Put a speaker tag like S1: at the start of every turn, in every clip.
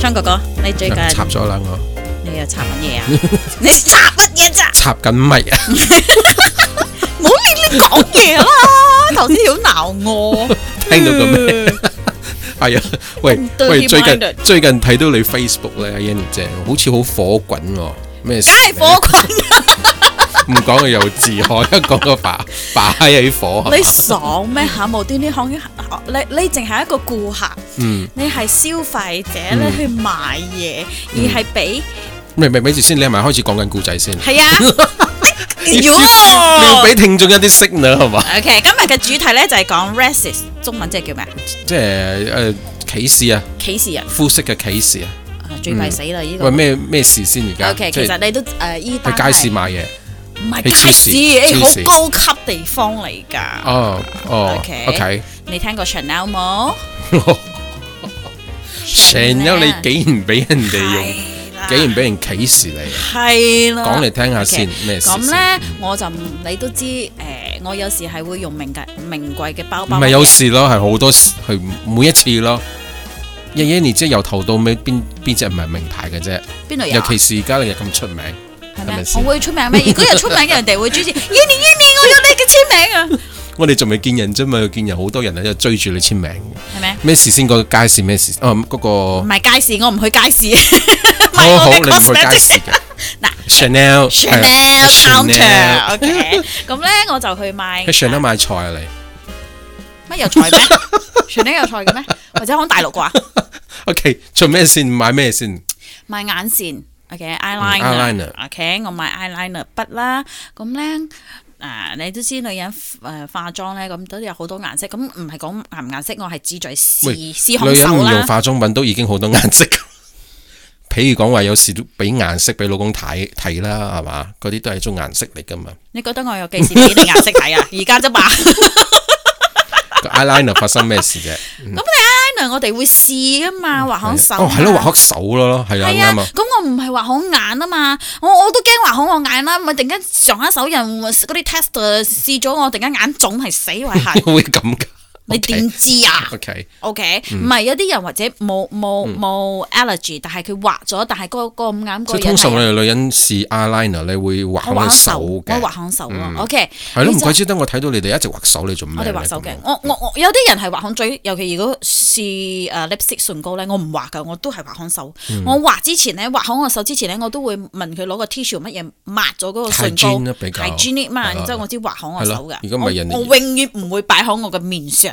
S1: 張哥哥，你最近
S2: 插咗啦我，
S1: 你又插乜嘢 啊？你插乜嘢咋？
S2: 插緊咪啊！
S1: 唔好亂亂講嘢啦！頭先你好鬧我，
S2: 聽到個咩？係啊，喂
S1: 嗯 Dirty
S2: 喂，最近
S1: minded
S2: 最近睇到你 Facebook 咧，Yanny 姐好似好火滾喎，咩事
S1: 梗
S2: 呢？
S1: 係火滾，
S2: 唔講佢又自開，一講 個爸爸喺火，啊
S1: 你爽咩嚇？無端端行你你淨係一個顧客，
S2: 嗯，
S1: 你係消費者咧去買嘢，而係俾
S2: 咪咪咪住先，你係咪開始講緊故仔先？
S1: 係啊！
S2: 你要俾聽眾一啲 signal 係嘛？
S1: OK，今日嘅主題咧就係講 racist，中文即係叫咩啊？
S2: 即係誒歧視啊，
S1: 歧視人
S2: 膚色嘅歧視啊，
S1: 啊最弊死啦！呢個
S2: 喂咩咩事先而家？
S1: OK，
S2: 即
S1: 其實
S2: 係
S1: 你都誒依單
S2: 去街市
S1: 係
S2: 買嘢，
S1: 唔係
S2: 去超
S1: 街
S2: 市
S1: 市，誒
S2: 超市
S1: 好高級地方嚟㗎。
S2: 哦哦
S1: OK
S2: ，OK，
S1: 你聽過 Chanel 冇？
S2: 成咗你竟然俾人哋用，
S1: 係啦
S2: 竟然俾人歧視你，
S1: 係啦。
S2: 講嚟聽下先
S1: OK，
S2: 咩事先？
S1: 咁咧，我就唔你都知誒，我有時係會用名貴名貴嘅包
S2: 唔
S1: 包。
S2: 係有時咯，係好多時，係每一次咯。一一年即係由頭到尾，邊邊只唔係名牌嘅啫？
S1: 邊度有
S2: 尤
S1: 啊？
S2: 其是而家你又咁出名，
S1: 係
S2: 係咪
S1: 咩？
S2: 先
S1: 我會出名咩？如果有出名嘅人哋會主持 Yanny Yanny，我有你嘅簽名啊，
S2: 我哋仲未見人啫嘛，見人好多人喺度追住你簽名。
S1: 係咪？
S2: 咩事先？嗰個街市咩事？哦、嗰、
S1: 唔
S2: 個
S1: 係街市，我唔去街市。買
S2: 好
S1: 我
S2: 好，
S1: 嘅
S2: 你唔去
S1: cosmetic
S2: 街市嘅
S1: 嗱
S2: Chanel
S1: Chanel
S2: 係啊 Chanel
S1: counter，OK。咁咧我就去買
S2: 去 Chanel 買菜啊你
S1: 乜有菜咩？Chanel 有菜嘅咩？或者可能大陸啩？
S2: ？OK，做咩先？買咩先？
S1: 買眼線，OK
S2: 嗯
S1: eyeliner，OK 我買 eyeliner 筆啦。咁咧啊，你都知女人誒化妝咧，咁都有好多顏色。咁唔係講顏唔顏色，我係指嘴
S2: 喂
S1: 試試
S2: 女
S1: 紅
S2: 人
S1: 手
S2: 唔用
S1: 啦。
S2: 化妝品都已經好多顏色。 譬如講話有時都俾顏色俾老公睇睇啦，係嘛？嗰啲都係一種顏色嚟噶嘛。
S1: 你覺得我有幾時俾你顏色睇啊？ 而家啫嘛。
S2: 個 eyeliner 發生咩事 啫？
S1: eyeliner 我哋會試噶嘛，畫行手。
S2: 哦，係咯，畫黑手咯，係啊，
S1: 係啊
S2: 啱啊，，
S1: 咁我唔係話好眼啊嘛，我我都驚話好我眼啦，咪突然間上下手人嗰啲 tester 試咗我，突然間眼腫係死壞 痕，
S2: 會咁噶
S1: 你點知 啊
S2: ？OK，
S1: ？OK，唔
S2: 嗯
S1: 係有啲人或者冇冇冇 allergy，但係佢畫咗，但係嗰個咁啱
S2: 即
S1: 嗰個
S2: 係
S1: 人
S2: 通常我
S1: 係
S2: 哋女人試 eyeliner，你會畫
S1: 我
S2: 開
S1: 畫
S2: 隻
S1: 手，
S2: 手
S1: 我
S2: 嘅，嗯
S1: 畫行手咯。OK，
S2: 係咯，
S1: 你
S2: 唔
S1: 就
S2: 怪之得我睇到你哋一直畫手，你做咩
S1: 我哋
S2: 咧？
S1: 畫手嘅，我我我有啲人係畫行嘴，尤其如果試誒 lipstick 唇膏咧，我唔畫噶，我都係畫行手。
S2: 嗯
S1: 我畫之前咧，畫好我手之前咧，我都會問佢攞個 tissue 乜嘢抹咗嗰個唇膏，
S2: hygiene 啦比較
S1: hygiene 嘛，
S2: 係啦
S1: 然之後我先畫好我手
S2: 係
S1: 嘅
S2: 啦。如果唔係人哋
S1: 我我永遠唔會擺喺我嘅面上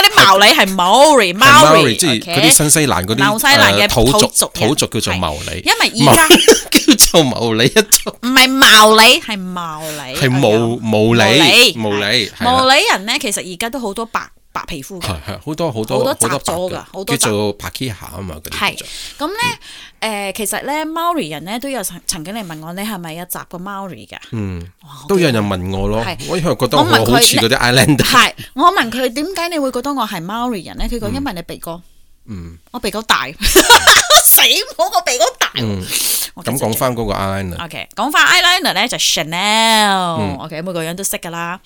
S1: 啲茅你係 Maori
S2: 係 Maori，
S1: Maori，
S2: 即係嗰啲新西蘭嗰啲
S1: 紐西蘭嘅
S2: 誒土
S1: 土
S2: 族
S1: 族
S2: 土族叫
S1: 人
S2: 做茂里，
S1: 因為而家
S2: 茂叫做茂里一族
S1: 唔係茅你係茅你，
S2: 係冇冇理
S1: 毛
S2: 冇理係
S1: 毛
S2: 啦，
S1: 里人咧，其實而家都好多白白皮膚嘅。
S2: 係係好多好多
S1: 好多雜
S2: 白
S1: 咗㗎
S2: 嘅
S1: 好多雜
S2: 叫做 Pakeha 啊嘛，嗰啲
S1: 係
S2: 叫做
S1: 咁咧，誒、
S2: 嗯
S1: 其實咧，Maori 人咧都有曾曾經嚟問我，你係咪有集過 Maori 㗎？
S2: 嗯
S1: 哇我
S2: 都有人問我咯
S1: 係，
S2: 我因為覺得
S1: 我
S2: 我
S1: 問佢
S2: 好似嗰啲 Islander，
S1: 係，我問佢點解你會覺得我係 Maori 人咧？佢講因為你鼻哥，
S2: 嗯
S1: 我鼻哥大， 死我個鼻哥大。
S2: 嗯，
S1: 我
S2: 咁
S1: 繼續
S2: 講翻嗰個 Islander，
S1: OK，講翻 eyeliner 咧就 Chanel，OK、OK，每個人都識噶啦。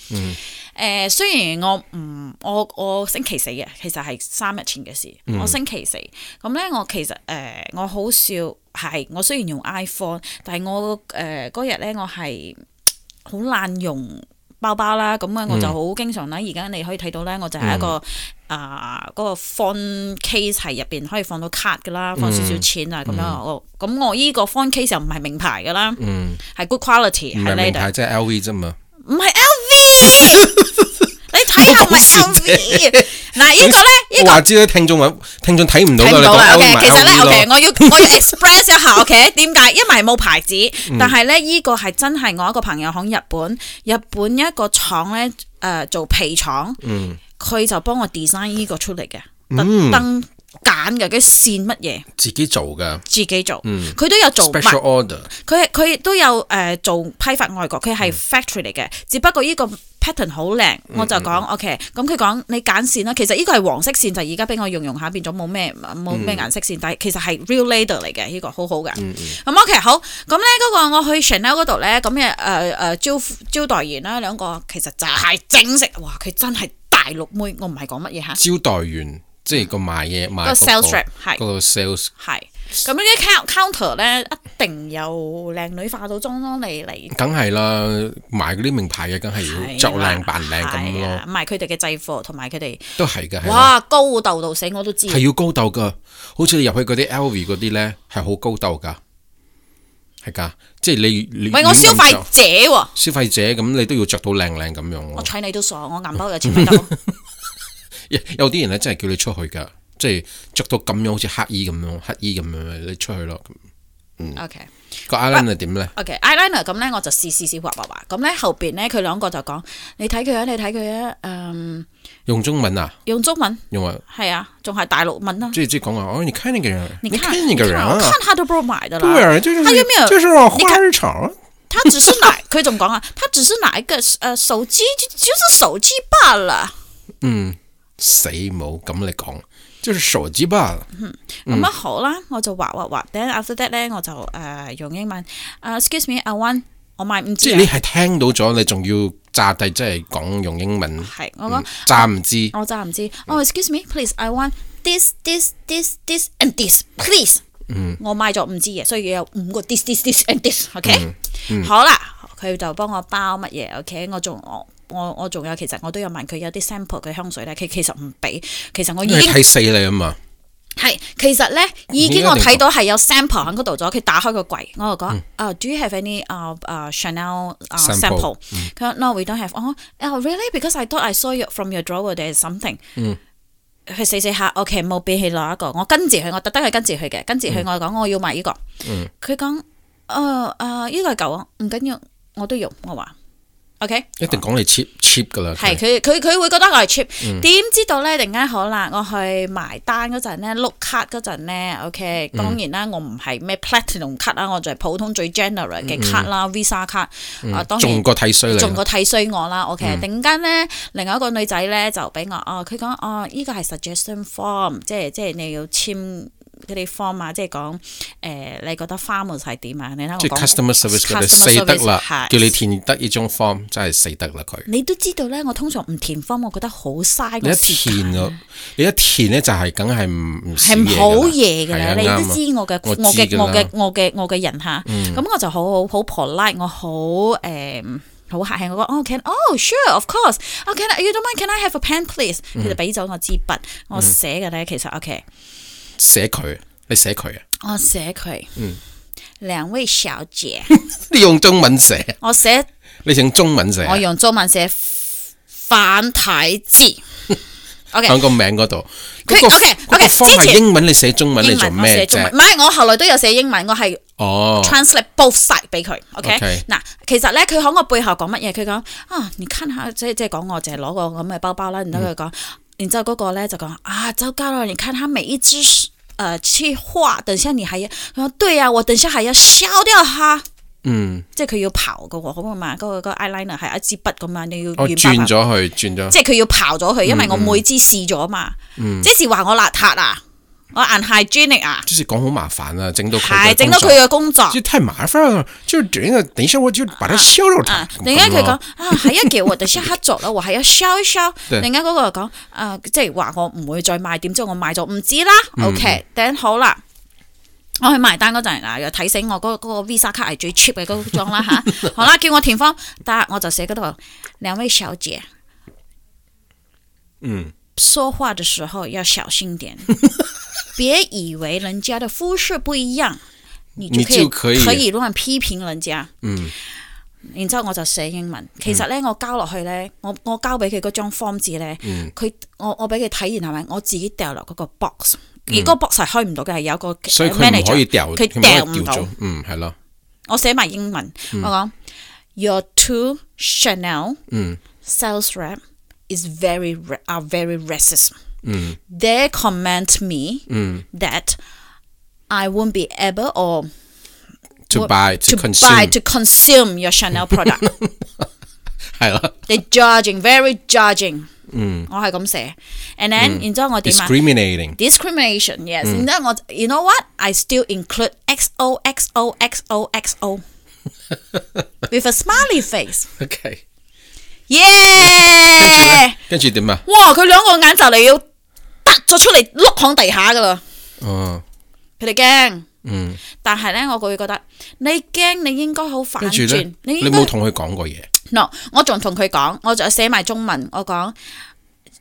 S1: 誒、雖然我唔我我星期四嘅，其實係三日前嘅事。我星期四咁咧，我其實誒、呃我好少係我雖然用 iPhone，但係我誒嗰日咧我係好懶用。包包啦，咁
S2: 嗯
S1: 啊我就好經常啦。而家你可以睇到咧，我就係一個
S2: 嗯
S1: 啊嗰個 phone case 係入邊可以放到卡噶
S2: 嗯
S1: 啦，放少少錢啊咁樣。我咁我依個 phone case 又唔係名牌噶啦，
S2: 嗯，
S1: 係 good quality 喺
S2: 唔係
S1: 呢
S2: 名
S1: 度，
S2: 牌，即係 LV 啫嘛，
S1: 唔係 LV。你 睇下唔係 LV。嗱呢個咧，呢
S2: 我
S1: 個。
S2: 話知咧聽眾揾聽眾睇唔到
S1: 睇
S2: 㗎，
S1: 唔
S2: 你
S1: 到啦
S2: 講 LV
S1: ，OK，
S2: 咪
S1: 其實咧
S2: LV 咯
S1: ，OK，我要我要 express 一下，OK，點 解？因為係冇牌子，
S2: 嗯
S1: 但係咧依個係真係我一個朋友響日本，日本一個廠咧，
S2: 嗯
S1: 誒做皮廠，佢就幫我 design 依個出嚟嘅，特登揀嘅，佢線乜嘢
S2: 自己做噶
S1: 自己做，
S2: 嗯
S1: 佢都有做埋
S2: special order，
S1: 佢佢都有誒、呃做批發外國，佢係 factory 嚟嘅，只不過呢個 pattern 好靚，我就講 OK。咁佢講你揀線啦，其實呢個係黃色線，就而家俾我用用下變咗冇咩冇咩顏色線，但係其實係 real leather 嚟嘅，呢、個好好嘅。咁、OK 好，咁咧嗰個我去 Chanel 嗰度咧，咁嘅誒誒招招代言啦，兩個其實就係正式，哇！佢真係大陸妹，我唔係講乜 嘢嚇，
S2: 招待員即係個賣嘢賣
S1: 個
S2: 嗰
S1: sales rep 係
S2: 嗰個 sales
S1: 係。咁呢啲 count- counter 咧，一定有靚女化到妝妝嚟嚟
S2: 梗係啦，賣嗰啲名牌嘅梗係要着靚扮靚咁
S1: 係啊唔
S2: 咯，
S1: 係佢哋嘅制服同埋佢哋，
S2: 都係嘅，係啦
S1: 哇高竇到死我都知，啊
S2: 係要高竇噶，好似你入去嗰啲 LV 嗰啲咧係好高竇噶，係噶，即係你你
S1: 喂我消費
S2: 亂咁着
S1: 者喎，
S2: 消費者咁你都要着到靚靚咁樣
S1: 我
S2: 喎，
S1: 睬你都傻，我銀包有錢咪 得咯，
S2: 有有啲人咧真係叫你出去㗎，即係着到咁樣好似乞衣咁樣，乞衣咁樣你出去咯。
S1: OK。
S2: 個 island 係點咧？
S1: OK eyeliner 嗯咁咧，我就試試試畫畫畫。咁咧後邊咧，佢兩個就講：你睇佢啊，你睇佢啊。嗯，
S2: 用中文啊，
S1: 用中文
S2: 用啊，
S1: 係啊，仲係大陸文啦。
S2: 即係即係講話哦，你看那個人，
S1: 你
S2: 你
S1: 看，
S2: 那個
S1: 看
S2: 人
S1: 我
S2: 啊，
S1: 看他都不如買的啦。
S2: 對啊，就是
S1: 他有沒有
S2: 就是往
S1: 你
S2: 花
S1: 看
S2: 市場啊，
S1: 他只是拿，佢仲講啊，他只是拿一個呃手機，就就是手機罷了。
S2: 嗯死冇咁你講，就是手機吧。嗯
S1: 咁啊好啦，我就畫畫畫。Then after that 咧，我就誒、呃用英文誒、呃 excuse me，I want 我買唔知
S2: 即係
S1: 啊
S2: 你，係聽到咗，你仲要炸地，即係講用英文，嗯
S1: 係我講
S2: 炸唔知
S1: 我就唔知。
S2: 嗯
S1: 哦，excuse me，please，I want this this this this and this please。我
S2: 嗯
S1: 買咗唔知嘢，所以有五個 this this this and this。OK，好
S2: 嗯
S1: 啦，佢就幫我包乜嘢？OK，我仲我。我我仲有，其實我都有問佢有啲 sample 嘅香水咧，佢其實唔俾，其實我已哦
S2: 因為
S1: 經
S2: 睇死你啊嘛。
S1: 係，其實咧已經我睇到係有 sample 喺嗰度咗，佢打開個櫃，我就講啊，Do you have any 啊啊 Chanel 啊
S2: Sample，
S1: sample？佢話 No, we don't have。哦，oh really? Because I thought I saw you from your drawer there is something。佢死死下，OK 冇俾佢攞一個，我跟住佢，我特登去跟住佢嘅，跟住佢我講我要買呢個，佢講誒誒呢個係舊啊，唔緊要，我都用，我話 OK。
S2: 一定講你 cheap cheap 噶啦，
S1: 係佢佢佢會覺得我係 cheap，點
S2: 嗯
S1: 知道咧？突然間好啦，我去埋單嗰陣咧，碌卡嗰陣咧，OK，當
S2: 嗯
S1: 然啦，我唔係咩 platinum 卡啦，我就係普通最 general
S2: 嗯
S1: 嘅卡啦，Visa 卡啊，當
S2: 仲
S1: 然。
S2: 過睇衰你
S1: 仲
S2: 啦，
S1: 個睇衰我啦，OK、突
S2: 嗯
S1: 然間咧，另外一個女仔咧就俾我，哦，佢講，哦，依個係 suggestion form，即係即係你要簽嗰啲 form 啊，即係講誒，你覺得 farmers 係點啊？你睇我
S2: 即係
S1: 講
S2: customer service 佢哋
S1: customer
S2: 死得啦
S1: service，，係
S2: 叫你填得呢張 form 真係死得啦佢。
S1: 你都知道咧，我通常唔填 form，我覺得好嘥
S2: 你
S1: 我
S2: 一
S1: 時間
S2: 填啊，你一填咧就係梗係唔唔
S1: 係唔好嘢嘅咧，你都知我嘅
S2: 啊我
S1: 我
S2: 知
S1: 嘅
S2: 㗎啦嗯
S1: 我嘅我嘅我嘅人嚇，咁我就好好好 polite，我好誒好客氣，我講哦 can oh sure of course，哦 can I- you don't mind can I have a pen please？佢
S2: 嗯
S1: 就俾咗我支筆，我寫嘅咧其實 OK，
S2: 寫佢，你寫佢啊，
S1: 我寫佢，
S2: 嗯
S1: 兩位小姐，
S2: 你用中文寫，
S1: 我寫
S2: 你用中文寫啊，
S1: 我用中文寫繁體字 ，OK。
S2: 喺個名嗰度。
S1: 佢
S2: 嗰個
S1: OK，
S2: 嗰個
S1: OK，
S2: form
S1: 之
S2: 係
S1: 前
S2: 英文，你寫中文你
S1: 英
S2: 做
S1: 文我寫
S2: 咩
S1: 中文，唔？
S2: 啫
S1: 係我後來都有寫英文，我係
S2: 哦，
S1: translate both side 俾佢，OK？
S2: OK
S1: 嗱，其實咧佢喺我背後講乜嘢？佢講啊，你看下，即係即係講我淨係攞個咁嘅包包啦，然之
S2: 嗯
S1: 後佢講，然之後嗰個咧就講啊，糟糕啦，你看他每一支誒去畫，等下你還要，佢話對呀、啊，我等下還要削掉它。
S2: 嗯，
S1: 即係佢要刨嘅喎，好啊嘛，嗰、個嗰個 eyeliner 係一支筆咁啊，你要原白
S2: 我哦轉
S1: 白
S2: 咗嗯去，轉咗。
S1: 即係佢要刨咗佢，因為我每支試咗嘛，
S2: 嗯
S1: 即是話我邋遢啊，我 unhygienic 啊，
S2: 就是講好麻煩啊，整到佢嘅
S1: 係整到
S2: 工作
S1: 佢嘅工作。
S2: 就太麻煩了，就整個，等一下我就把它削咗它
S1: 啊！。突然間佢
S2: 咁
S1: 講
S2: 咯，
S1: 啊，係一叫我哋先黑咗啦，我係要燒一燒。突
S2: 對
S1: 然間嗰個就講啊，即係話我唔會再買，點知我買咗唔知啦。OK，頂
S2: 嗯
S1: 好啦。我去埋單嗰陣嗱，又睇醒我嗰嗰個 Visa 卡係最 cheap 嘅嗰張啦吓， 好啦，叫我填方，但我就寫嗰度兩位小姐，
S2: 嗯，
S1: 說話的時候要小心 點，別以為人家的膚色不一樣，你就可以
S2: 你就可以
S1: 亂批評人家。嗯，然之後我就寫英文。其實咧，
S2: 嗯
S1: 我交落去咧，我我交俾佢嗰張 form 紙咧，
S2: 嗯
S1: 佢、我我俾佢睇完係咪？我自己掉落嗰個 box，而嗰個 box 係開唔到嘅，係有個
S2: 嗯所以佢唔
S1: 呃 manager，
S2: 可以掉，
S1: 佢
S2: 佢
S1: 掉
S2: 唔可以
S1: 唔
S2: 掉
S1: 到
S2: 咗。，嗯，係咯，
S1: 我寫埋英文，我講 Your two Chanel
S2: 嗯
S1: sales rep is very ra- are very racist。 They comment me that I won't be able or
S2: to buy
S1: buy
S2: to consume
S1: to consume your Chanel product.
S2: 係啦
S1: They judging, very judging。我係咁寫。And then，然之後我點啊？
S2: ，discriminating
S1: discrimination yes and then 我 you know what I still include XO XO XO XO with a smiley face
S2: OK，
S1: yeah
S2: 跟住點啊？
S1: 哇佢兩個眼就嚟要突咗出嚟碌響地下噶啦
S2: 哦，
S1: 佢哋驚
S2: 嗯，
S1: 但係咧我會覺得你驚你應該好反
S2: 跟住咧
S1: 轉，你
S2: 你
S1: 應
S2: 冇
S1: 該啊
S2: 同佢講過嘢，
S1: no 我仲同佢講我仲寫埋中文我講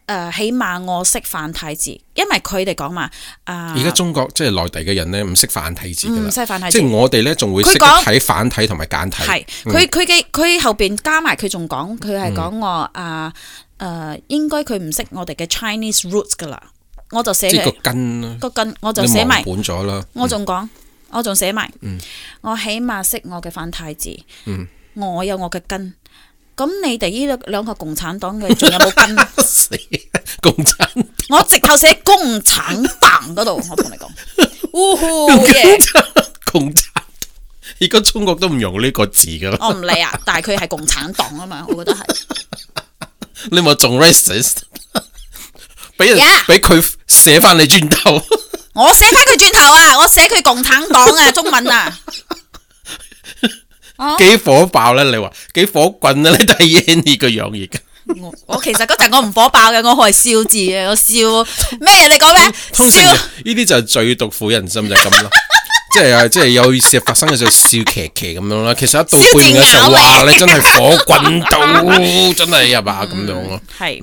S1: 诶、呃起碼我識繁體字，因為佢哋講嘛啊
S2: 而家中國即係內地嘅人咧唔識繁體字㗎
S1: 嗯唔識繁體
S2: 啦，
S1: 字
S2: 即係我哋咧仲會
S1: 佢
S2: 識得
S1: 講
S2: 睇繁體同埋簡體，
S1: 係佢佢嘅佢後邊加埋佢仲講佢
S2: 嗯
S1: 係講我啊誒，應該佢唔識我哋嘅 Chinese roots 噶啦，我就寫
S2: 即係個
S1: 佢
S2: 根啦，
S1: 個根，我就
S2: 你
S1: 寫
S2: 忘
S1: 埋，
S2: 本咗 啦。
S1: 我仲講，我仲寫埋，
S2: 嗯
S1: 我起碼識我嘅繁體字，我有我嘅根。咁你哋呢兩個共產黨嘅仲有冇根？
S2: 死共產
S1: 我直頭寫共產黨嗰度，我同你 講，呜呼耶！
S2: 共產黨，而家中國都唔用呢個字噶啦，
S1: 我唔理啊，但係佢係共產黨啊嘛，我覺得係。
S2: 你咪仲 racist，俾人
S1: Yeah 哦
S2: 俾佢寫翻你轉頭，
S1: 我寫翻佢轉頭啊！我寫佢共產黨啊， 中文啊，
S2: 幾火爆咧？你話幾火棍咧？你睇 Yanny 個樣而家，
S1: 我我其實嗰陣我唔火爆嘅，我係笑字嘅，我笑咩？你講咩？
S2: 通常
S1: 笑
S2: 呢啲就係最毒婦人心就係咁啦。 即係啊！即係有事發生嘅時候笑騎騎咁樣啦，其實一到
S1: 笑啊
S2: 背面嘅時候，
S1: 字咬
S2: 哇！
S1: 你
S2: 你真係火棍到， 真係係嘛咁樣咯。
S1: 係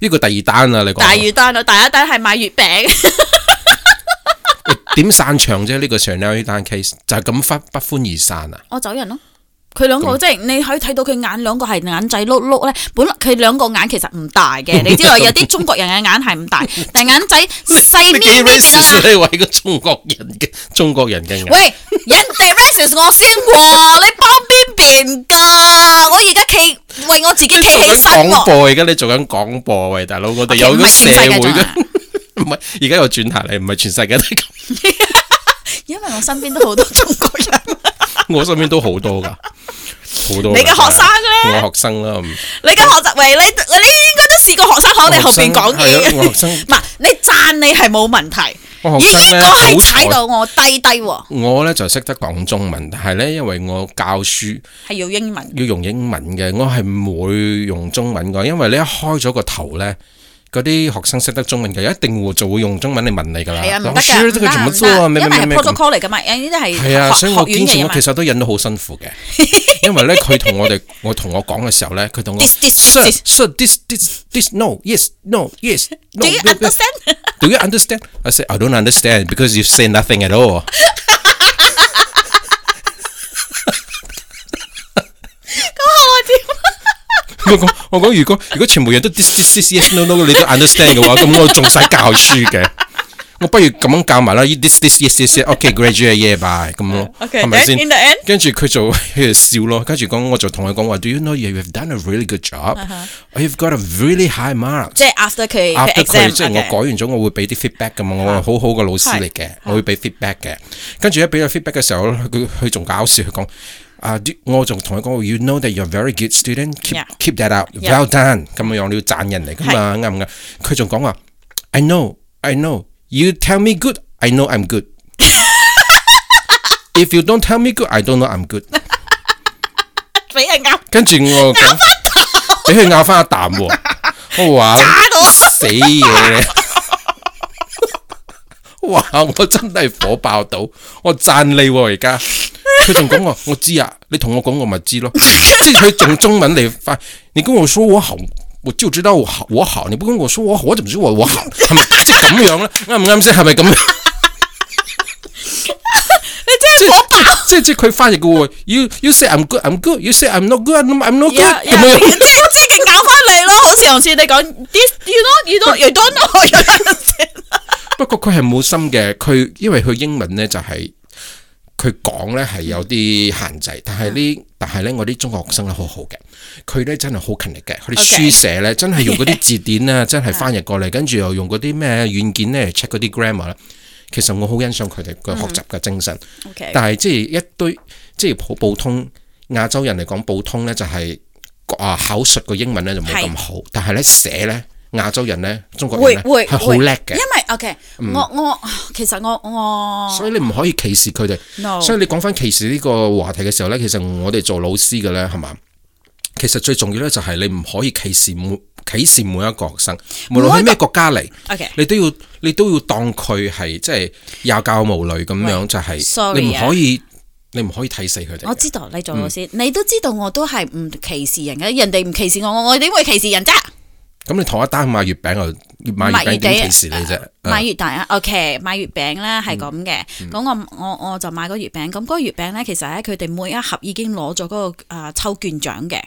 S2: 呢個第二單啊，你
S1: 嗯大
S2: 嗯講
S1: 魚單啊，第一單係買月餅，
S2: 點散場啫？呢個 Chanel 呢單 case 就係咁不不歡而散啊！
S1: 我走人咯。佢兩個即係你可以睇到佢眼兩個係眼仔碌碌咧，本來佢兩個眼其實唔大嘅，你知道有啲中國人嘅眼係唔大，但眼仔細
S2: 你幾
S1: 咪咪㗎
S2: racist 你為個中國人嘅中國人嘅眼，
S1: 啊喂，人哋 racist 我先喎，你幫邊邊噶？我而家企為我自己企
S2: 你做
S1: 起
S2: 緊
S1: 身
S2: 廣
S1: 喎。
S2: 播而家你做緊廣播啊喂大佬，我哋
S1: Okay，
S2: 有
S1: 唔
S2: 個
S1: 係
S2: 社
S1: 全世界
S2: 會
S1: 仲有
S2: 嘅
S1: 啊，
S2: 唔係而家有轉態嚟，唔係全世界都係咁，
S1: 因為我身邊都好多中國人，
S2: 我身邊都好多㗎，好多㗎。
S1: 你嘅學生
S2: 真
S1: 咧
S2: 係我學生啦，嗯
S1: 你嘅學習喂你，你應該都試過學生喺我哋後邊講
S2: 係啊我學
S1: 嘢。
S2: 生
S1: 唔係你讚你係冇問題，
S2: 我學
S1: 咦呢
S2: 生咧
S1: 個係
S2: 好
S1: 踩
S2: 彩
S1: 到我低低喎，
S2: 我咧就識得講中文，但係咧因為我教書。
S1: 係要英文。
S2: 要用英文嘅，我係唔會用中文嘅，因為你一開咗個頭呢，嗰啲學生識得中文嘅，一定會就會用中文嚟問你㗎啦。
S1: 係啊，唔得
S2: 老師
S1: 㗎，
S2: 呢
S1: 唔
S2: 個
S1: 得
S2: 怎麼
S1: 唔
S2: 做啊？咩
S1: 得，因為
S2: 咩
S1: 係
S2: 咩咁
S1: protocol 嚟㗎嘛，呢啲係
S2: 係啊，
S1: 學
S2: 所以我
S1: 學院
S2: 堅
S1: 嘅
S2: 持
S1: 嘢
S2: 我
S1: 嘛
S2: 其。實都忍得好 辛苦嘅，因為呢，佢同我哋我同我講嘅時候呢，佢同我
S1: This- this-
S2: Sir
S1: this-
S2: Sir this this this no yes no yes no
S1: Do you
S2: no, no."
S1: understand？
S2: Do you understand? I said, I don't understand because you say nothing at all. 我講我講，如果如果全部人都 this this this yes no no，你都 understand 嘅話，咁我仲使教書嘅。我不如咁樣教埋啦，you，this this yes yes yes，OK，graduate、y e a bye 咁咯，
S1: Okay，
S2: 係咪
S1: then
S2: 先
S1: in the end？？
S2: 跟住佢 就喺度笑咯，跟住講我就同佢講話，Do you know you have done a really good
S1: Uh-huh.
S2: job？You've got a really high mark。
S1: 即係 after 佢佢
S2: after 佢
S1: exam，
S2: 即係我
S1: okay
S2: 改完咗，我會俾啲 feedback 噶嘛，我係好好嘅老師嚟嘅
S1: 係，
S2: 我會俾 feedback 嘅。跟住一俾咗 feedback 嘅時候，佢佢仲搞笑，佢講啊，啲我仲同佢講，you know that you're a very good student，keep
S1: Yeah.
S2: keep that
S1: Yeah.
S2: up，well done，咁樣樣你要讚人嚟噶嘛，啱唔啱？佢仲講話，I know，I know，you tell me good，I know I'm good。If you don't tell me good, I don't know I'm good。
S1: 俾人咬
S2: 跟住我講，俾佢咬翻一啖 喎，我話
S1: 打到啊！
S2: 死嘢！ 哇！我真係火爆到，我讚你喎而家。佢仲 講我，我知啊，你同我講我咪知咯。即係佢仲中文嚟翻，你跟我說我好，我就知道我好我好，你不跟我說我好，我怎麼知我我好？係咪即係咁樣咧？啱唔啱先？係 咪咁樣？
S1: 你真係火爆。
S2: 即係即係佢翻譯嘅喎。You you say I'm good, I'm good. You say I'm not good, I'm I'm not good。
S1: 呀
S2: 咁
S1: 呀，
S2: 樣
S1: 即係即係佢咬翻嚟咯，好似頭先你講，this you know you don't you don't know you don't understand。
S2: 不過佢係冇心嘅，佢因為佢英文呢就係、佢講呢係有啲限
S1: 嗯
S2: 制，但係呢，但係呢，我啲中學學生咧好好嘅，佢呢真係好勤力嘅，佢哋
S1: OK
S2: 書 寫呢真係用嗰啲字典啊，真係翻譯過嚟，跟住又用嗰啲咩軟件呢 check 嗰啲 grammar 咧。其實我好欣賞佢哋嘅學習嘅精神，
S1: OK，
S2: 但係即係一堆即係普普通亞洲人嚟講，普通呢就係、啊口述個英文呢就冇咁好，但係呢寫呢，亞洲人呢，中國人呢
S1: 會會
S2: 係好叻嘅
S1: 因。為 OK，我我其實我我
S2: 所以你唔可以歧視佢哋。
S1: no
S2: 所以你講翻歧視呢個話題嘅時候呢，其實我哋做老師嘅呢，係嘛？其實最重要呢，就係你唔可以歧視每歧視每一個學生，無論喺咩國家嚟，
S1: OK
S2: 你都要你都要當佢係即係有教無類咁樣，就係
S1: sorry 啊
S2: 你唔可以你唔可以睇死佢哋
S1: 我
S2: 嘅。
S1: 知道你做老師，你都知道我都係唔歧視人嘅，人哋唔歧視我，我我點會歧視人啫？
S2: 咁你同一單買月餅又買月餅點歧視你啫？
S1: 買月餅啊，OK，買嗯月餅咧係咁嘅，咁我我我就買個月餅，咁嗰個月餅咧其實喺佢哋每一盒已經攞咗嗰個啊抽券獎嘅，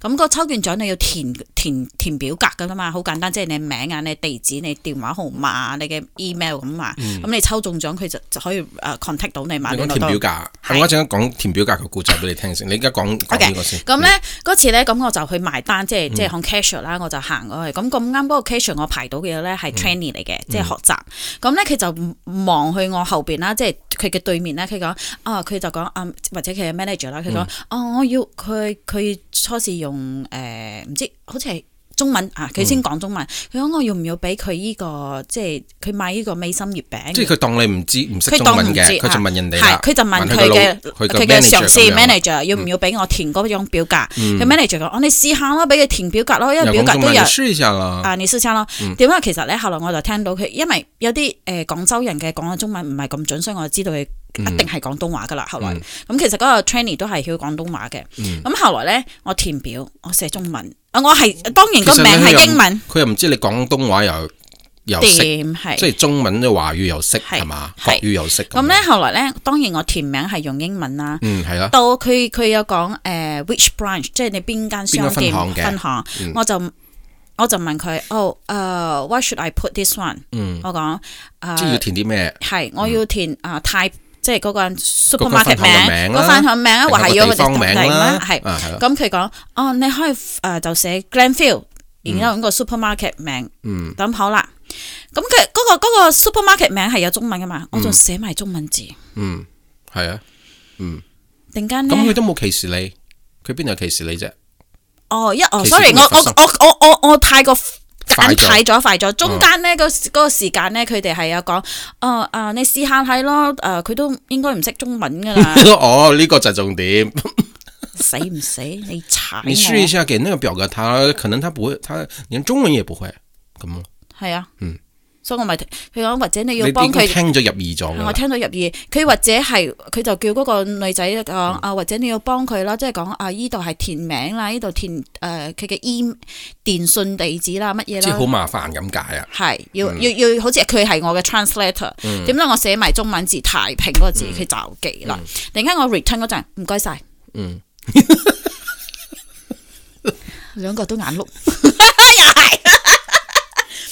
S1: 咁個抽券獎你要填填填表格噶啦嘛，好簡單，即係你名啊、你地址、你電話號碼、你嘅 email 咁嘛，咁你抽中獎佢就就可以誒 contact 到嗯你嘛，
S2: 你講
S1: 聯絡
S2: 填
S1: 到
S2: 表格啊，我
S1: 係
S2: 一陣間講填表格嘅故仔俾你聽先。你而家講講呢個先。
S1: 咁咧嗰次咧，咁我就去埋單，即
S2: 嗯
S1: 係即係行 cashier 啦，我就行過去。咁咁啱嗰個 cashier 我排到嘅咧
S2: 嗯
S1: 係 trainee 嚟嘅，即係學習。咁咧佢就望去我後邊啦，即係佢嘅對面咧，佢講啊，佢就講啊，或者佢嘅 manager
S2: 嗯
S1: 啦，佢講哦，我要佢佢初時用誒唔知好似係。中文啊，佢
S2: 嗯
S1: 先講中文。佢講我要唔要俾佢呢個，即係佢買呢個美心月餅？
S2: 即係佢當你唔知唔識
S1: 佢
S2: 中
S1: 當
S2: 文嘅，
S1: 唔知啊
S2: 佢就問人哋啦
S1: 係，佢就問
S2: 問佢
S1: 佢嘅
S2: 個老佢個
S1: 佢嘅
S2: manager
S1: 上司
S2: 咁樣嗯
S1: manager 要唔要俾我填嗰張表格？佢 manager 講：我你試下啦，俾佢填表格咯，因為
S2: 又嗯
S1: 表
S2: 講
S1: 格
S2: 中
S1: 都
S2: 文，
S1: 有
S2: 你。試一下啦。
S1: 啊，你先生咯，點解其實咧？後來我就聽到佢，因為有啲誒廣州人嘅講嘅中文唔係咁準，所以我就知道佢一
S2: 嗯
S1: 定係廣東話噶啦。後來咁其實嗰個 trainee 都係曉廣東話嘅。
S2: 嗯
S1: 咁後來咧，我填表，我寫中文，啊我係當然個
S2: 嗯其實
S1: 名
S2: 你
S1: 係
S2: 又
S1: 英文，
S2: 佢又唔知你廣東話又又識，
S1: 點係
S2: 即係中文嘅華語又識
S1: 係
S2: 係嘛，
S1: 係
S2: 國語又識。
S1: 咁咧。，後來咧，當然我填名係用英文啦。
S2: 嗯，係啦，
S1: 到佢佢有講誒、呃 which branch，即係你邊間商店
S2: 邊個分行嘅
S1: 行我就我就問佢，哦，誒、w h y should I put this one？、我講
S2: 即係要
S1: 誒
S2: 填啲咩？
S1: 係，我要填啊 type，即係嗰個人
S2: 個分
S1: supermarket
S2: 行嘅名
S1: 名，
S2: 啦
S1: 個分行名啊，
S2: 定
S1: 或係
S2: 係
S1: 要
S2: 個
S1: 佢
S2: 地方名啦，
S1: 係。
S2: 啊係啦，
S1: 咁佢講，哦，你可以誒、呃就寫 Glenfield，然之後用個 supermarket 名，
S2: 嗯
S1: 咁好啦。咁佢嗰個嗰、個 supermarket 名係有中文噶嘛，我仲寫埋中文字，
S2: 嗯，係啊。
S1: 突然間
S2: 咁
S1: 咧。
S2: 佢都冇歧視你，佢邊度有歧視你啫？
S1: 哦，一哦
S2: 其實
S1: ，sorry，
S2: 都
S1: 我我
S2: 未發生
S1: 我我我我太過
S2: 快
S1: 簡
S2: 咗，
S1: 太咗快咗，中間咧嗰嗰個時間咧，佢哋係有講，哦啊，你試下睇咯，誒，佢都應該唔識中文噶啦
S2: 哦，呢個就係重點。
S1: 啊死唔死？你踩
S2: 你試一
S1: 我，啊
S2: 下給那個表格他，可能他不會，他連中文也不會咁咯。
S1: 係啊
S2: 嗯，
S1: 所以我咪佢講，或者你
S2: 你
S1: 要
S2: 已
S1: 幫
S2: 經
S1: 佢。
S2: 聽咗入耳咗㗎
S1: 我
S2: 啦。
S1: 聽到入耳，佢或者係佢就叫嗰個女仔
S2: 嗯
S1: 講啊，或者你要幫佢啦，即係講啊，依度係填名啦，依度填誒佢嘅 e 電信地址啦，乜嘢
S2: 即係
S1: 啦
S2: 好。麻煩咁解啊！
S1: 係要要要，好似佢係我嘅 translator。點
S2: 嗯
S1: 解我寫埋中文字太平嗰個字，佢就記啦。突然間我 return 嗰陣，唔該晒。
S2: 嗯，
S1: 兩個都眼 碌。哦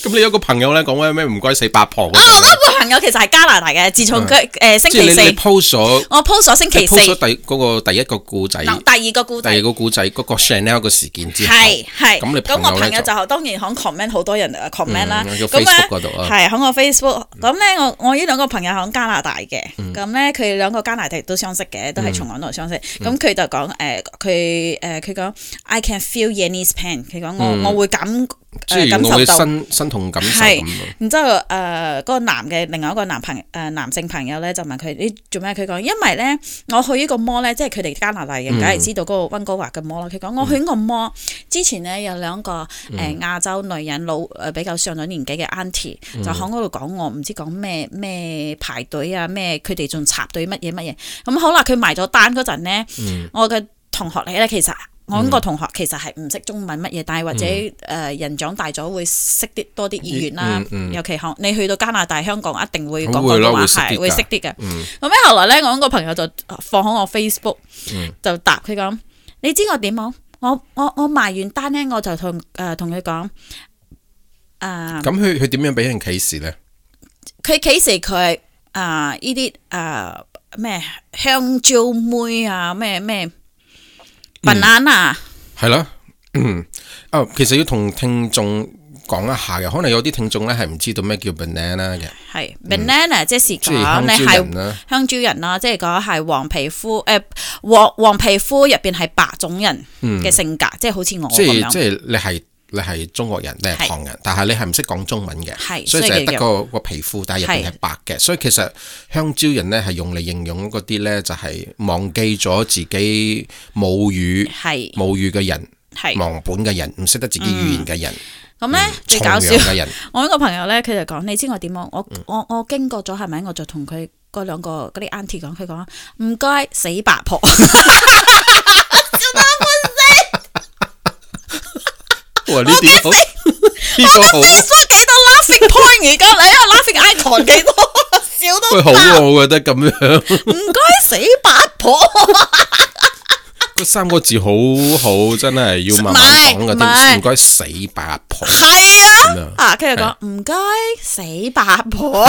S2: 咁你有個朋友咧講咩咩唔該四八婆嗰
S1: 啊，我
S2: 陣
S1: 嗰個朋友其實係加拿大嘅，自從佢誒星
S2: 即
S1: 期
S2: 係你你
S1: 四，
S2: post 咗
S1: 我 post 咗星期
S2: 你
S1: 四
S2: post 咗第嗰個第一個故仔，
S1: 嗱
S2: 第
S1: 第二個故仔
S2: 二。個故仔嗰個 Chanel 個事件之後，
S1: 係係，
S2: 咁你
S1: 咁
S2: 朋
S1: 我
S2: 友
S1: 朋
S2: 咧
S1: 友
S2: 就
S1: 就呃當然響 comment 好多人啊 comment 啦，
S2: 嗯喺
S1: 咁
S2: 個
S1: 咧
S2: Facebook 嗰度啊嗯
S1: 係響我 Facebook，咁咧我我呢兩個朋友響加拿大嘅，咁咧佢兩個加拿大都相識嘅，都係從嗰度相識，
S2: 嗯
S1: 咁佢就講誒佢誒佢講 I can feel Yanni's pain，佢講我我會感
S2: 嗯即
S1: 誒感
S2: 係我
S1: 受
S2: 嘅
S1: 到。
S2: 身身同感受
S1: 係
S2: 咁啊咯。
S1: 然之後，誒、嗰、個男嘅另外一個男朋誒、男性朋友咧，就問佢：你做咩？佢講，因為咧，我去呢個魔咧，即係佢哋加拿大
S2: 嗯
S1: 人，梗係知道嗰個温哥華嘅魔啦。佢講，我去呢個魔之前咧，有兩個誒、
S2: 嗯
S1: 亞洲女人老誒、比較上咗年紀嘅 a u n t i
S2: 嗯
S1: 就喺嗰度講我唔知講咩咩排隊啊，咩佢哋仲插隊乜嘢乜嘢。咁好啦，佢埋咗單嗰陣咧，
S2: 嗯
S1: 我嘅同學嚟咧，其實。我嗰個同學其實係唔識中文乜嘢，但係或者誒、人長大咗會識啲多啲語言啦，
S2: 嗯嗯嗯
S1: 尤其香你去到加拿大、香港一定會講
S2: 會
S1: 廣
S2: 咯
S1: 東話
S2: 會識
S1: 係
S2: 啲㗎嗯
S1: 會識啲嘅。咁咧後來咧，我嗰個朋友就放喺我 Facebook
S2: 嗯
S1: 就答佢講：你知我點冇？我我我埋完單咧，我就同誒同佢講呃誒，
S2: 咁佢佢點樣俾人歧視咧？
S1: 呃佢幾時佢誒呢啲誒呃咩香蕉妹啊，咩
S2: 嗯
S1: 咩 banana，
S2: 系啦， 嗯，啊，其實要同聽眾講一下嘅，可能有啲聽眾咧係唔知道咩叫 banana 嘅，
S1: 係 banana，即是
S2: 嗯即係
S1: 講
S2: 香
S1: 啊你
S2: 蕉人
S1: 係
S2: 啦，
S1: 香蕉人啊啦，即係講係黃皮膚，誒黃黃皮膚入邊係白種人嘅性格，即係好似我
S2: 嗯即
S1: 咁
S2: 係即
S1: 樣，
S2: 係你係你係中國人，你係
S1: 係
S2: 唐人，但係你係唔識講中文嘅，
S1: 係
S2: 所以
S1: 所
S2: 就
S1: 以
S2: 係得
S1: 叫
S2: 個個皮膚，但係入邊係白嘅，所以其實香蕉人咧係用嚟形容嗰啲咧就係忘記咗自己母語
S1: 係
S2: 母語嘅人，
S1: 係
S2: 忘本嘅人，唔識得自己語言嘅人，嗯
S1: 咁咧最
S2: 重
S1: 搞笑
S2: 陽。嘅人，
S1: 我一個朋友咧，佢就講：你知我點啊？
S2: 嗯
S1: 我我我經過咗係咪？我就同佢嗰兩個嗰啲 a u n t i 講，佢講唔該死八婆，
S2: 哇呢啲好，呢個好。
S1: 所以幾多 laughing point 而家你啊 laughing icon 幾多，笑
S2: 喂，
S1: 到
S2: 好啊喎，我覺得咁樣。
S1: 唔該死八婆，
S2: 嗰三個字好好，真係要慢慢講嘅
S1: 唔係
S2: 添，唔該死八婆
S1: 係
S2: 咁樣
S1: 啊，啊跟住講唔該死八 婆。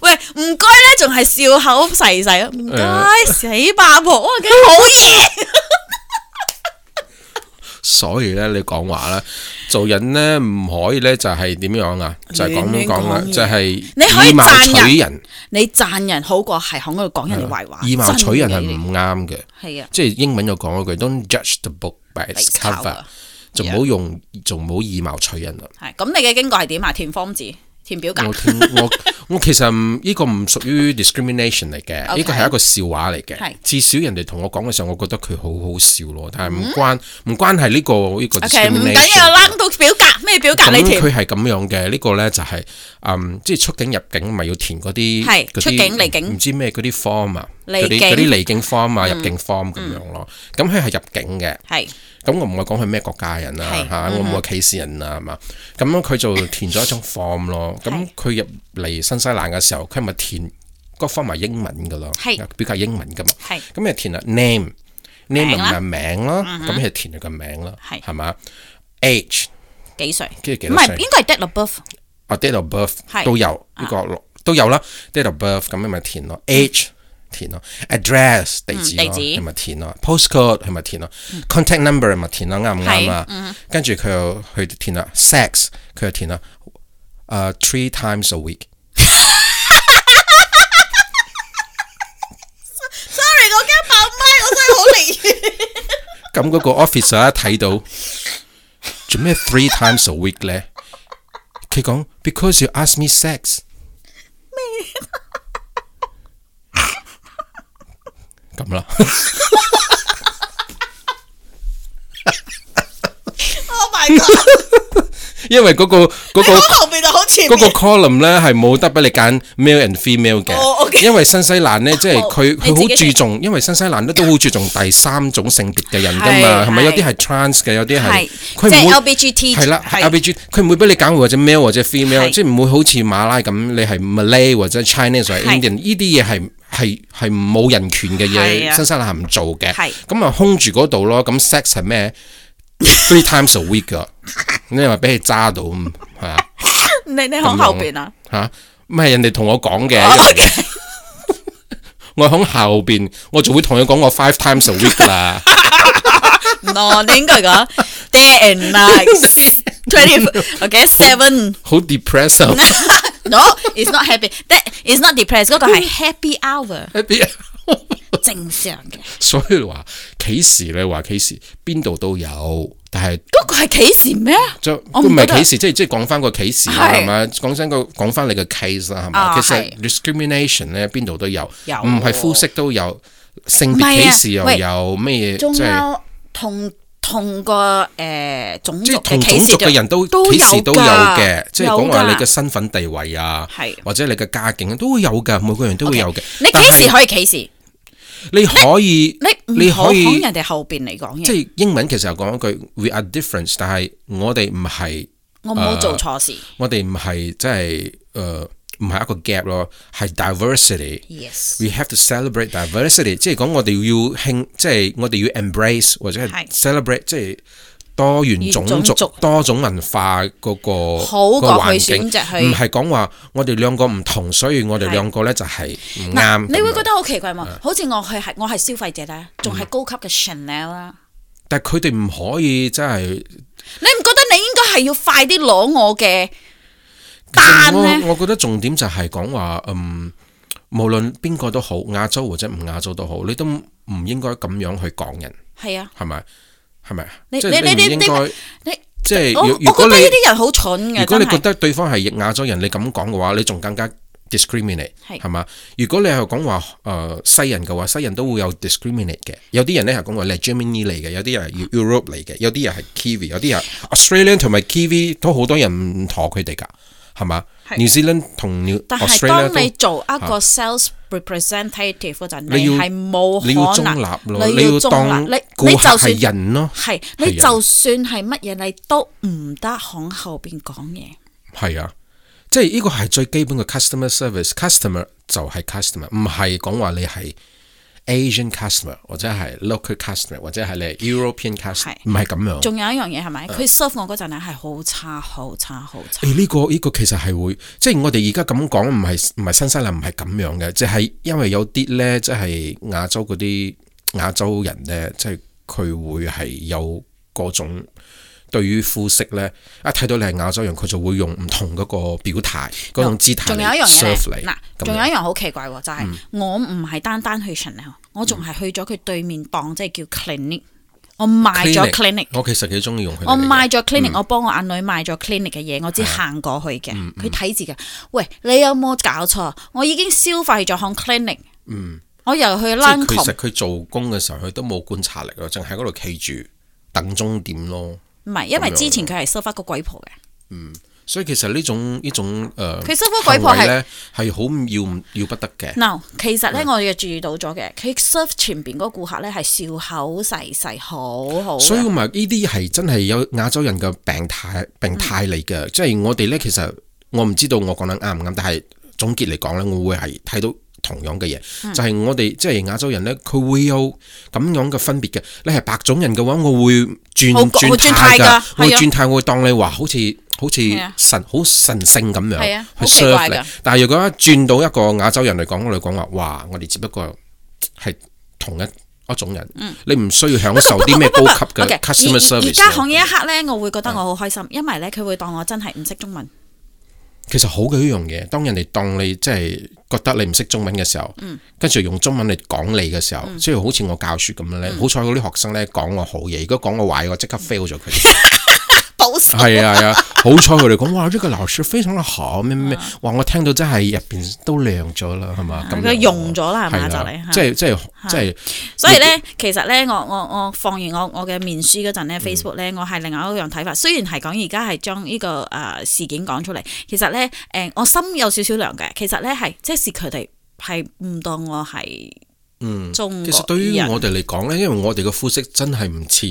S1: 喂，唔該咧，仲係笑口細細啊！唔該，死八婆，哇，幾好嘢！
S2: 所以咧，你講話啦，做人咧唔可以咧就係點樣啊？就係講
S1: 亂亂
S2: 講啦
S1: 講，嘢
S2: 就係
S1: 你可以
S2: 以貌
S1: 讚人
S2: 取人，
S1: 你讚人好過係喺度講人哋壞 話，
S2: 以貌取人係
S1: 真嘅
S2: 唔啱嘅。
S1: 係啊，
S2: 即係英文有講嗰句，don't judge the book by its
S1: By its
S2: cover，
S1: cover
S2: 就唔好用，就唔好以貌取人啦。
S1: 係咁你嘅經過係點啊？填方字、填表格
S2: 我聽我我其實唔呢個唔屬於 discrimination 嚟嘅，
S1: OK
S2: 呢個係一個笑話嚟嘅
S1: 係。
S2: 至少人哋同我講嘅時候，我覺得佢好好笑咯。但係唔關唔關係呢個呢個
S1: 嗯，OK，唔緊要，
S2: discrimination。
S1: 冷到表格咩表格
S2: 咁
S1: 你填
S2: 佢係咁樣嘅，呢個呢就係嗯，即係出境入境咪要填嗰啲
S1: 係
S2: 嗰啲
S1: 出境離境
S2: 唔知咩嗰啲 form 啊，
S1: 離
S2: 嗰啲
S1: 境嗯
S2: 嗰啲離境 form 啊，入境 form 咁樣咯。咁佢係入境嘅。
S1: 係
S2: 咁我唔會講佢咩國家人啊
S1: 係嗯
S2: 嚇，我唔會歧視人啊係嘛。咁樣佢就填咗一張 form 咯。咁
S1: 係
S2: 佢入嚟新西蘭嘅時候，佢咪填個 form 係英文噶咯
S1: 係，
S2: 表格英文噶嘛。
S1: 係
S2: 咁又填啦啊 name name
S1: 名啦嗯
S2: 咪名啦，咁就填佢個名啦，
S1: 係
S2: 係嘛？age
S1: 幾歲？
S2: 跟住幾
S1: 唔
S2: 多
S1: 係
S2: 歲
S1: 應該係 dead above
S2: 啊，date of birth
S1: 係
S2: 都有呢個都有啦，date of birth 咁你咪填咯，age 填咯，address 地址
S1: 嗯
S2: 咯，
S1: 地址
S2: 你咪填咯，postcode 係咪填咯，contact number 咪填咯，啱唔啱啊？跟住佢又去填啦，sex 佢又填啦，誒 three times a week。
S1: Sorry，我驚爆咪，我真係好離 遠。
S2: 咁嗰個 officer 一睇到，做咩 three times a week 咧？佢講 because you ask me sex 咩？咁啦，
S1: Oh my god！
S2: 因為嗰、個嗰、個
S1: 講後邊就好前
S2: 嗰個
S1: 面。
S2: column 咧係冇得俾你揀 male and female 嘅，
S1: 哦，OK
S2: 因為新西蘭咧即係佢
S1: 你
S2: 佢
S1: 自己
S2: 好注重，因為新西蘭咧都好注重第三種性別嘅人噶嘛，
S1: 係
S2: 係咪有
S1: 係
S2: 啲係 trans 嘅，有啲係
S1: 係
S2: 佢
S1: 即係
S2: 唔會
S1: LGBT
S2: 係啦
S1: 係
S2: 係，LGBT 佢唔會俾你揀或者 male 或者 female，
S1: 係
S2: 即係唔會好似馬拉咁，你係 Malay 或者 Chinese 或
S1: 係
S2: 者 Indian 呢啲嘢係。係係冇人權嘅
S1: 係
S2: 嘢，
S1: 啊
S2: 新西蘭係唔做嘅。
S1: 係
S2: 咁啊，空住嗰度咯。咁 sex 係咩？Three times a week 噶， 你話俾佢揸到，係啊。
S1: 你你響後邊啊？
S2: 吓，唔係人哋同我講嘅。
S1: 哦
S2: 因為 我喺後邊，我就會同佢講我 five times a week 㗎啦，
S1: no，你應該講 day and night twenty OK seven。
S2: 好 depress 啊
S1: No，it's not happy。That is not depressed。嗰個係 happy hour，
S2: Happy-
S1: 正常嘅。
S2: 所以話幾時你話幾時邊度都有，但係
S1: 嗰個係幾時咩？
S2: 就
S1: 我
S2: 佢
S1: 唔
S2: 唔
S1: 覺得
S2: 係歧視，即係即係講翻個歧視啦，
S1: 係
S2: 係嘛？講真個講翻你個 case 啦，係嘛？
S1: 啊
S2: 其實
S1: 係
S2: discrimination 咧邊度都有，
S1: 有
S2: 唔係膚色都有，性
S1: 唔係啊
S2: 別歧視又
S1: 喂
S2: 有咩嘢？
S1: 仲
S2: 即係
S1: 有同同個誒種
S2: 即
S1: 族
S2: 係同
S1: 嘅
S2: 種
S1: 歧視
S2: 族嘅人都
S1: 都
S2: 歧視都有
S1: 㗎
S2: 嘅，即係講
S1: 有
S2: 話你
S1: 㗎
S2: 嘅身份地位啊
S1: 係，
S2: 或者你嘅家境啊都會有㗎，每個人都會有嘅
S1: OK，。你
S2: 但
S1: 幾時
S2: 係
S1: 可以歧視？
S2: 你可以
S1: 你唔好
S2: 可
S1: 響
S2: 以
S1: 人哋後邊嚟講嘢。
S2: 即係英文其實有講一句 we are different，但係我哋唔係
S1: 我冇做錯事。
S2: 我哋唔係即係誒唔係一個 gap 咯，係 diversity。
S1: Yes。
S2: We have to celebrate diversity，即係講我哋要慶，即係我哋要 embrace 或者係
S1: 係
S2: celebrate，即係多元種
S1: 元種
S2: 族
S1: 族、
S2: 多種文化嗰個
S1: 好過
S2: 個環
S1: 去
S2: 境
S1: 選擇去
S2: 唔係講話我哋兩個唔同，所以我哋兩個咧就係唔
S1: 嗱
S2: 啱。，
S1: 你會
S2: 咁樣嗯
S1: 覺得好奇怪喎，好似我去係我係消費者咧，仲係高級嘅 Chanel 啦，
S2: 但係佢哋唔可以真係
S1: 你唔覺得你應該係要快啲攞我嘅單咧？
S2: 我我覺得重點就係講話，嗯，無論邊個都好，亞洲或者唔亞洲都好，你都唔應該咁樣去講人，
S1: 係啊，
S2: 係咪？係咪啊？
S1: 你
S2: 即係
S1: 你
S2: 你唔
S1: 你
S2: 應該，
S1: 你
S2: 即係
S1: 我
S2: 如
S1: 我
S2: 如
S1: 覺
S2: 果
S1: 得呢
S2: 你
S1: 啲人好蠢嘅，
S2: 如果你
S1: 真
S2: 覺
S1: 係。
S2: 得對方係亞洲人，你咁講嘅話，你仲更加 discriminate
S1: 係
S2: 係嘛？如果你係講話誒西人嘅話，西人都會有 discriminate 嘅。有啲人咧係講話你係 Germany 嚟嘅，有啲人係 Europe 嚟嘅，有啲人係 Kiwi，有啲人 Australian 同埋 Kiwi 都好多人唔妥佢哋㗎，係嘛
S1: 係
S2: ？New Zealand 同 New
S1: 但係當
S2: Australia
S1: 你
S2: 都
S1: 做一個 sales representative 嗰陣，
S2: 你要
S1: 係冇
S2: 你要
S1: 可
S2: 中
S1: 能
S2: 立咯，你
S1: 要
S2: 要
S1: 中
S2: 當
S1: 立，你
S2: 顧
S1: 你
S2: 客
S1: 就算
S2: 係人咯，
S1: 係
S2: 係
S1: 你
S2: 人
S1: 就算係乜嘢，你都唔得響後邊講嘢。
S2: 係啊。即係呢個係最基本嘅 customer service，customer 就係 customer，唔係講話你係 Asian customer 或者係 local customer 或者係你係 European customer，
S1: 係
S2: 唔係咁樣。
S1: 仲有一樣嘢係咪？佢 serve 我嗰陣咧係好差、好差、好差。
S2: 誒呢、個呢、個其實係會，即係我哋而家咁講，唔係唔係新西蘭唔係咁樣嘅，即係因為有啲呢，即係亞洲嗰啲亞洲人呢，即係佢會係有嗰種對於膚色呢，一睇到你係亞洲人，佢就會用唔同嗰個表態嗰種姿態
S1: 仲有一
S2: 嚟
S1: 樣嘢
S2: serve
S1: 咧，
S2: 你。
S1: 嗱，
S2: 咁
S1: 仲有
S2: 樣嗯
S1: 一樣好奇怪喎，就係、我唔係單單去 Chanel，我仲係去咗佢對面檔，即係叫 clinic，我買咗 clinic。
S2: 我其實幾中意嗯用佢哋嘅。
S1: 我買咗 clinic，、我幫我阿女買咗 clinic 嘅嘢，我
S2: 啊
S1: 只行過去嘅。
S2: 嗯
S1: 佢睇住嘅，喂，你有冇搞錯？我已經消費咗項 clinic，我又去
S2: 嗯即係其
S1: Lancome，
S2: 實佢做工嘅時候，佢都冇觀察力咯，淨係嗰度企住等終點咯。
S1: 唔係因為之前佢係收翻個鬼婆嘅，
S2: 所以其實呢種呢種誒，
S1: 佢收翻鬼婆
S2: 行為
S1: 係
S2: 咧係好要唔要不得嘅。
S1: no，其實咧我亦注意到咗嘅，佢 serve 前邊嗰個顧客咧係笑口細細，好好嘅。
S2: 所以咪呢啲係真係有亞洲人嘅病態
S1: 嗯
S2: 病態嚟嘅，即係我哋呢，其實我唔知道我講得啱唔啱，但係總結嚟講呢，我會係睇到同樣嘅嘢，
S1: 嗯
S2: 就係我哋即係亞洲人呢，佢會有咁樣嘅分別嘅。你係白種人嘅話，我會轉
S1: 好
S2: 轉
S1: 好轉
S2: 態
S1: 態
S2: 㗎
S1: 㗎，
S2: 我會
S1: 係啊
S2: 轉態，我會當你話好似好似
S1: 係啊
S2: 神好神聖咁
S1: 係
S2: 樣
S1: 啊
S2: 去
S1: 好奇怪
S2: serve 你
S1: 㗎。
S2: 但係如果一轉到一個亞洲人嚟講，我哋講話哇，我哋只不過係同一。一種人，你唔需要享
S1: 不過
S2: 受啲咩高
S1: 不過
S2: 級嘅啊
S1: OK，
S2: customer
S1: 嗯而
S2: service
S1: 而家響
S2: 咯。
S1: 呢一刻咧，我會覺得我好開心，因為咧佢會當我真係唔識中文。
S2: 其實好嘅一樣嘢，當人哋當你即係覺得你唔識中文嘅時候，
S1: 嗯
S2: 跟住用中文嚟講你嘅時候，即係好似我教書咁樣咧。
S1: 嗯
S2: 好彩嗰啲學生咧講我好嘢，如果講我壞，我即刻 fail 咗佢哋。
S1: 保守
S2: 係啊係啊，好彩佢哋講哇，呢個老師非常之好咩咩咩，哇！我聽到真係入邊都涼咗啦，係嘛？咁
S1: 佢
S2: 樣
S1: 用咗嗯啦，係
S2: 係
S1: 咪就
S2: 啦
S1: 嚟，
S2: 即係即係即係
S1: 所以咧，其實咧，我我我放完我我嘅面書嗰陣
S2: 嗯
S1: 咧，Facebook 咧，我係另外一樣睇法。雖然係講而家係將呢個誒、呃事件講出嚟，其實咧誒、呃我心有少少涼嘅。其實咧係即使佢哋係唔當我係
S2: 嗯。
S1: 中國人，
S2: 其實對於我哋嚟講咧，因為我哋嘅膚色真係唔似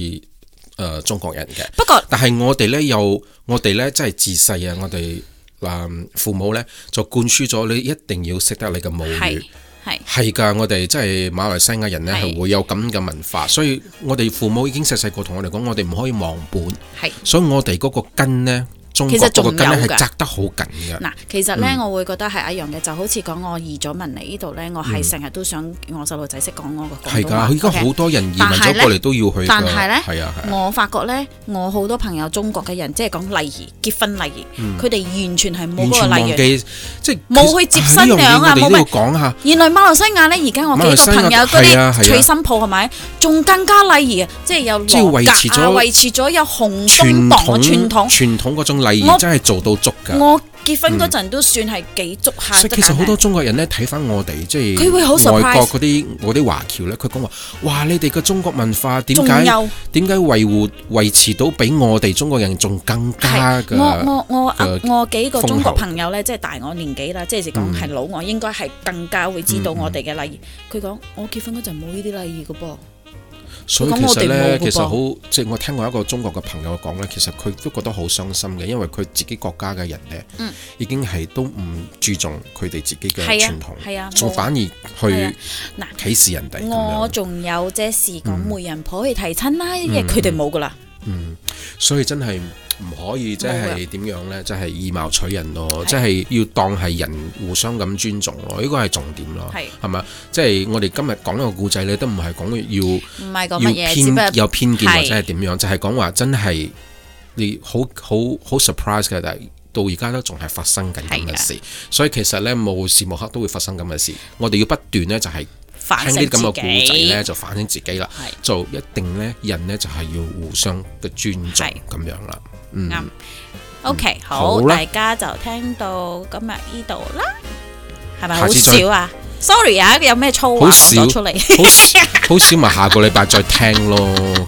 S2: 誒中國人嘅。
S1: 不過
S2: 但係我哋咧又，我哋咧真係自細啊，我哋嗯父母咧就灌輸咗你一定要識得你嘅母
S1: 係
S2: 語。
S1: 係
S2: 係㗎，我哋即係馬來西亞人咧
S1: 係
S2: 係會有咁嘅文化，所以我哋父母已經細細個同我哋講，我哋唔可以忘本，
S1: 係。
S2: 所以我哋嗰個根呢，中國
S1: 其實
S2: 嗰
S1: 仲
S2: 個根咧
S1: 有
S2: 係
S1: 㗎
S2: 扎得好緊嘅。
S1: 嗱，其實咧，
S2: 嗯
S1: 我會覺得係一樣嘅，就好似講我移咗民嚟呢度咧，我係成日都想我細路仔識講我個廣
S2: 嗯係
S1: 東話。
S2: 㗎，而家
S1: OK？
S2: 好多人移民
S1: 但係
S2: 咗
S1: 呢
S2: 過嚟都要去㗎。
S1: 但係呢
S2: 係啊係啊，
S1: 我發覺咧，我好多朋友中國嘅人，即係講禮儀、結婚禮儀，佢哋、完全係冇
S2: 嗯完
S1: 嗰
S2: 全
S1: 個
S2: 忘
S1: 禮儀。
S2: 記即係
S1: 冇去接新
S2: 呢樣嘢
S1: 娘啊
S2: 我哋
S1: 冇
S2: 都
S1: 咩
S2: 要講下。
S1: 原來馬來西亞咧，而家我
S2: 馬來
S1: 幾個
S2: 西亞
S1: 朋友嗰
S2: 係啊係啊
S1: 啲娶新抱係咪，仲更加禮儀啊！即係有
S2: 即係
S1: 羅
S2: 維持
S1: 格
S2: 咗
S1: 啊，維持咗有紅
S2: 傳
S1: 中堂嘅
S2: 統
S1: 啊傳統。
S2: 傳統嗰種禮儀
S1: 我
S2: 真係做到足㗎。
S1: 我結婚嗰陣都算係幾足下
S2: 所以
S1: 得
S2: 其實
S1: 㗎
S2: 好多中國人咧睇翻我哋即係
S1: 佢會好
S2: 外
S1: surprise
S2: 國嗰啲嗰啲華僑咧，佢講話：哇！你哋嘅中國文化點
S1: 仲
S2: 解
S1: 有
S2: 點解維護維持到比我哋中國人仲更加
S1: 係，
S2: 嘅？
S1: 我我我
S2: 嘅
S1: 我幾個中
S2: 封喉
S1: 國朋友咧，即係大我年紀啦，即係講係老我，應該係更加會知道我哋嘅禮儀。佢講我結婚嗰陣冇呢啲禮儀嘅噃，
S2: 所以
S1: 佢
S2: 其
S1: 講我
S2: 實
S1: 哋冇
S2: 咧，
S1: 㗎
S2: 其實
S1: 噃
S2: 好即係我聽過一個中國嘅朋友講咧，其實佢都覺得好傷心嘅，因為佢自己國家嘅人咧，已經係都唔注重佢哋自己嘅
S1: 嗯係啊
S2: 傳
S1: 係啊
S2: 統，
S1: 冇
S2: 仲反而
S1: 係啊
S2: 去
S1: 嗱
S2: 歧視人哋咁樣
S1: 我仲有即係試講媒人婆去提親啦，因為佢哋冇噶啦。
S2: 所以真係唔可以
S1: 啊
S2: 即係點樣呢？即係以貌取人咯，即係要當係人互相咁尊重咯，呢個係重點咯，
S1: 係
S2: 係咪？即係我哋今日講呢個故仔呢，都唔係講
S1: 唔係講
S2: 要要
S1: 乜嘢，只不過
S2: 偏有偏見或
S1: 係
S2: 者係點樣，就係講話真係你好好好 surprise 嘅，但係到而家都仲係發生緊咁
S1: 係
S2: 嘅
S1: 啊
S2: 事，所以其實呢，無時無刻都會發生咁嘅事，我哋要不斷呢，就係、
S1: 反
S2: 聽
S1: 省
S2: 啲
S1: 自
S2: 咁嘅故仔
S1: 己
S2: 咧，。就反省自己啦
S1: 係。
S2: 就一定咧，人咧就係要互相嘅尊重
S1: 係
S2: 咁樣啦。嗯，
S1: 啱 OK，
S2: 好
S1: 好，
S2: 啦
S1: 大家就聽到今日呢度啦，係咪
S2: 下
S1: 好
S2: 次再
S1: 少啊？Sorry 啊，有咩粗
S2: 好
S1: 話
S2: 少
S1: 講咗出嚟？
S2: 好少好少咪下個禮拜再聽咯，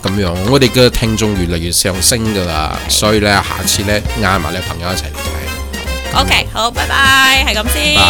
S2: 咁樣我哋嘅聽眾越嚟越上升噶啦，所以咧下次咧嗌埋你朋友一齊嚟聽。
S1: OK，好，拜拜，係咁先。
S2: 拜。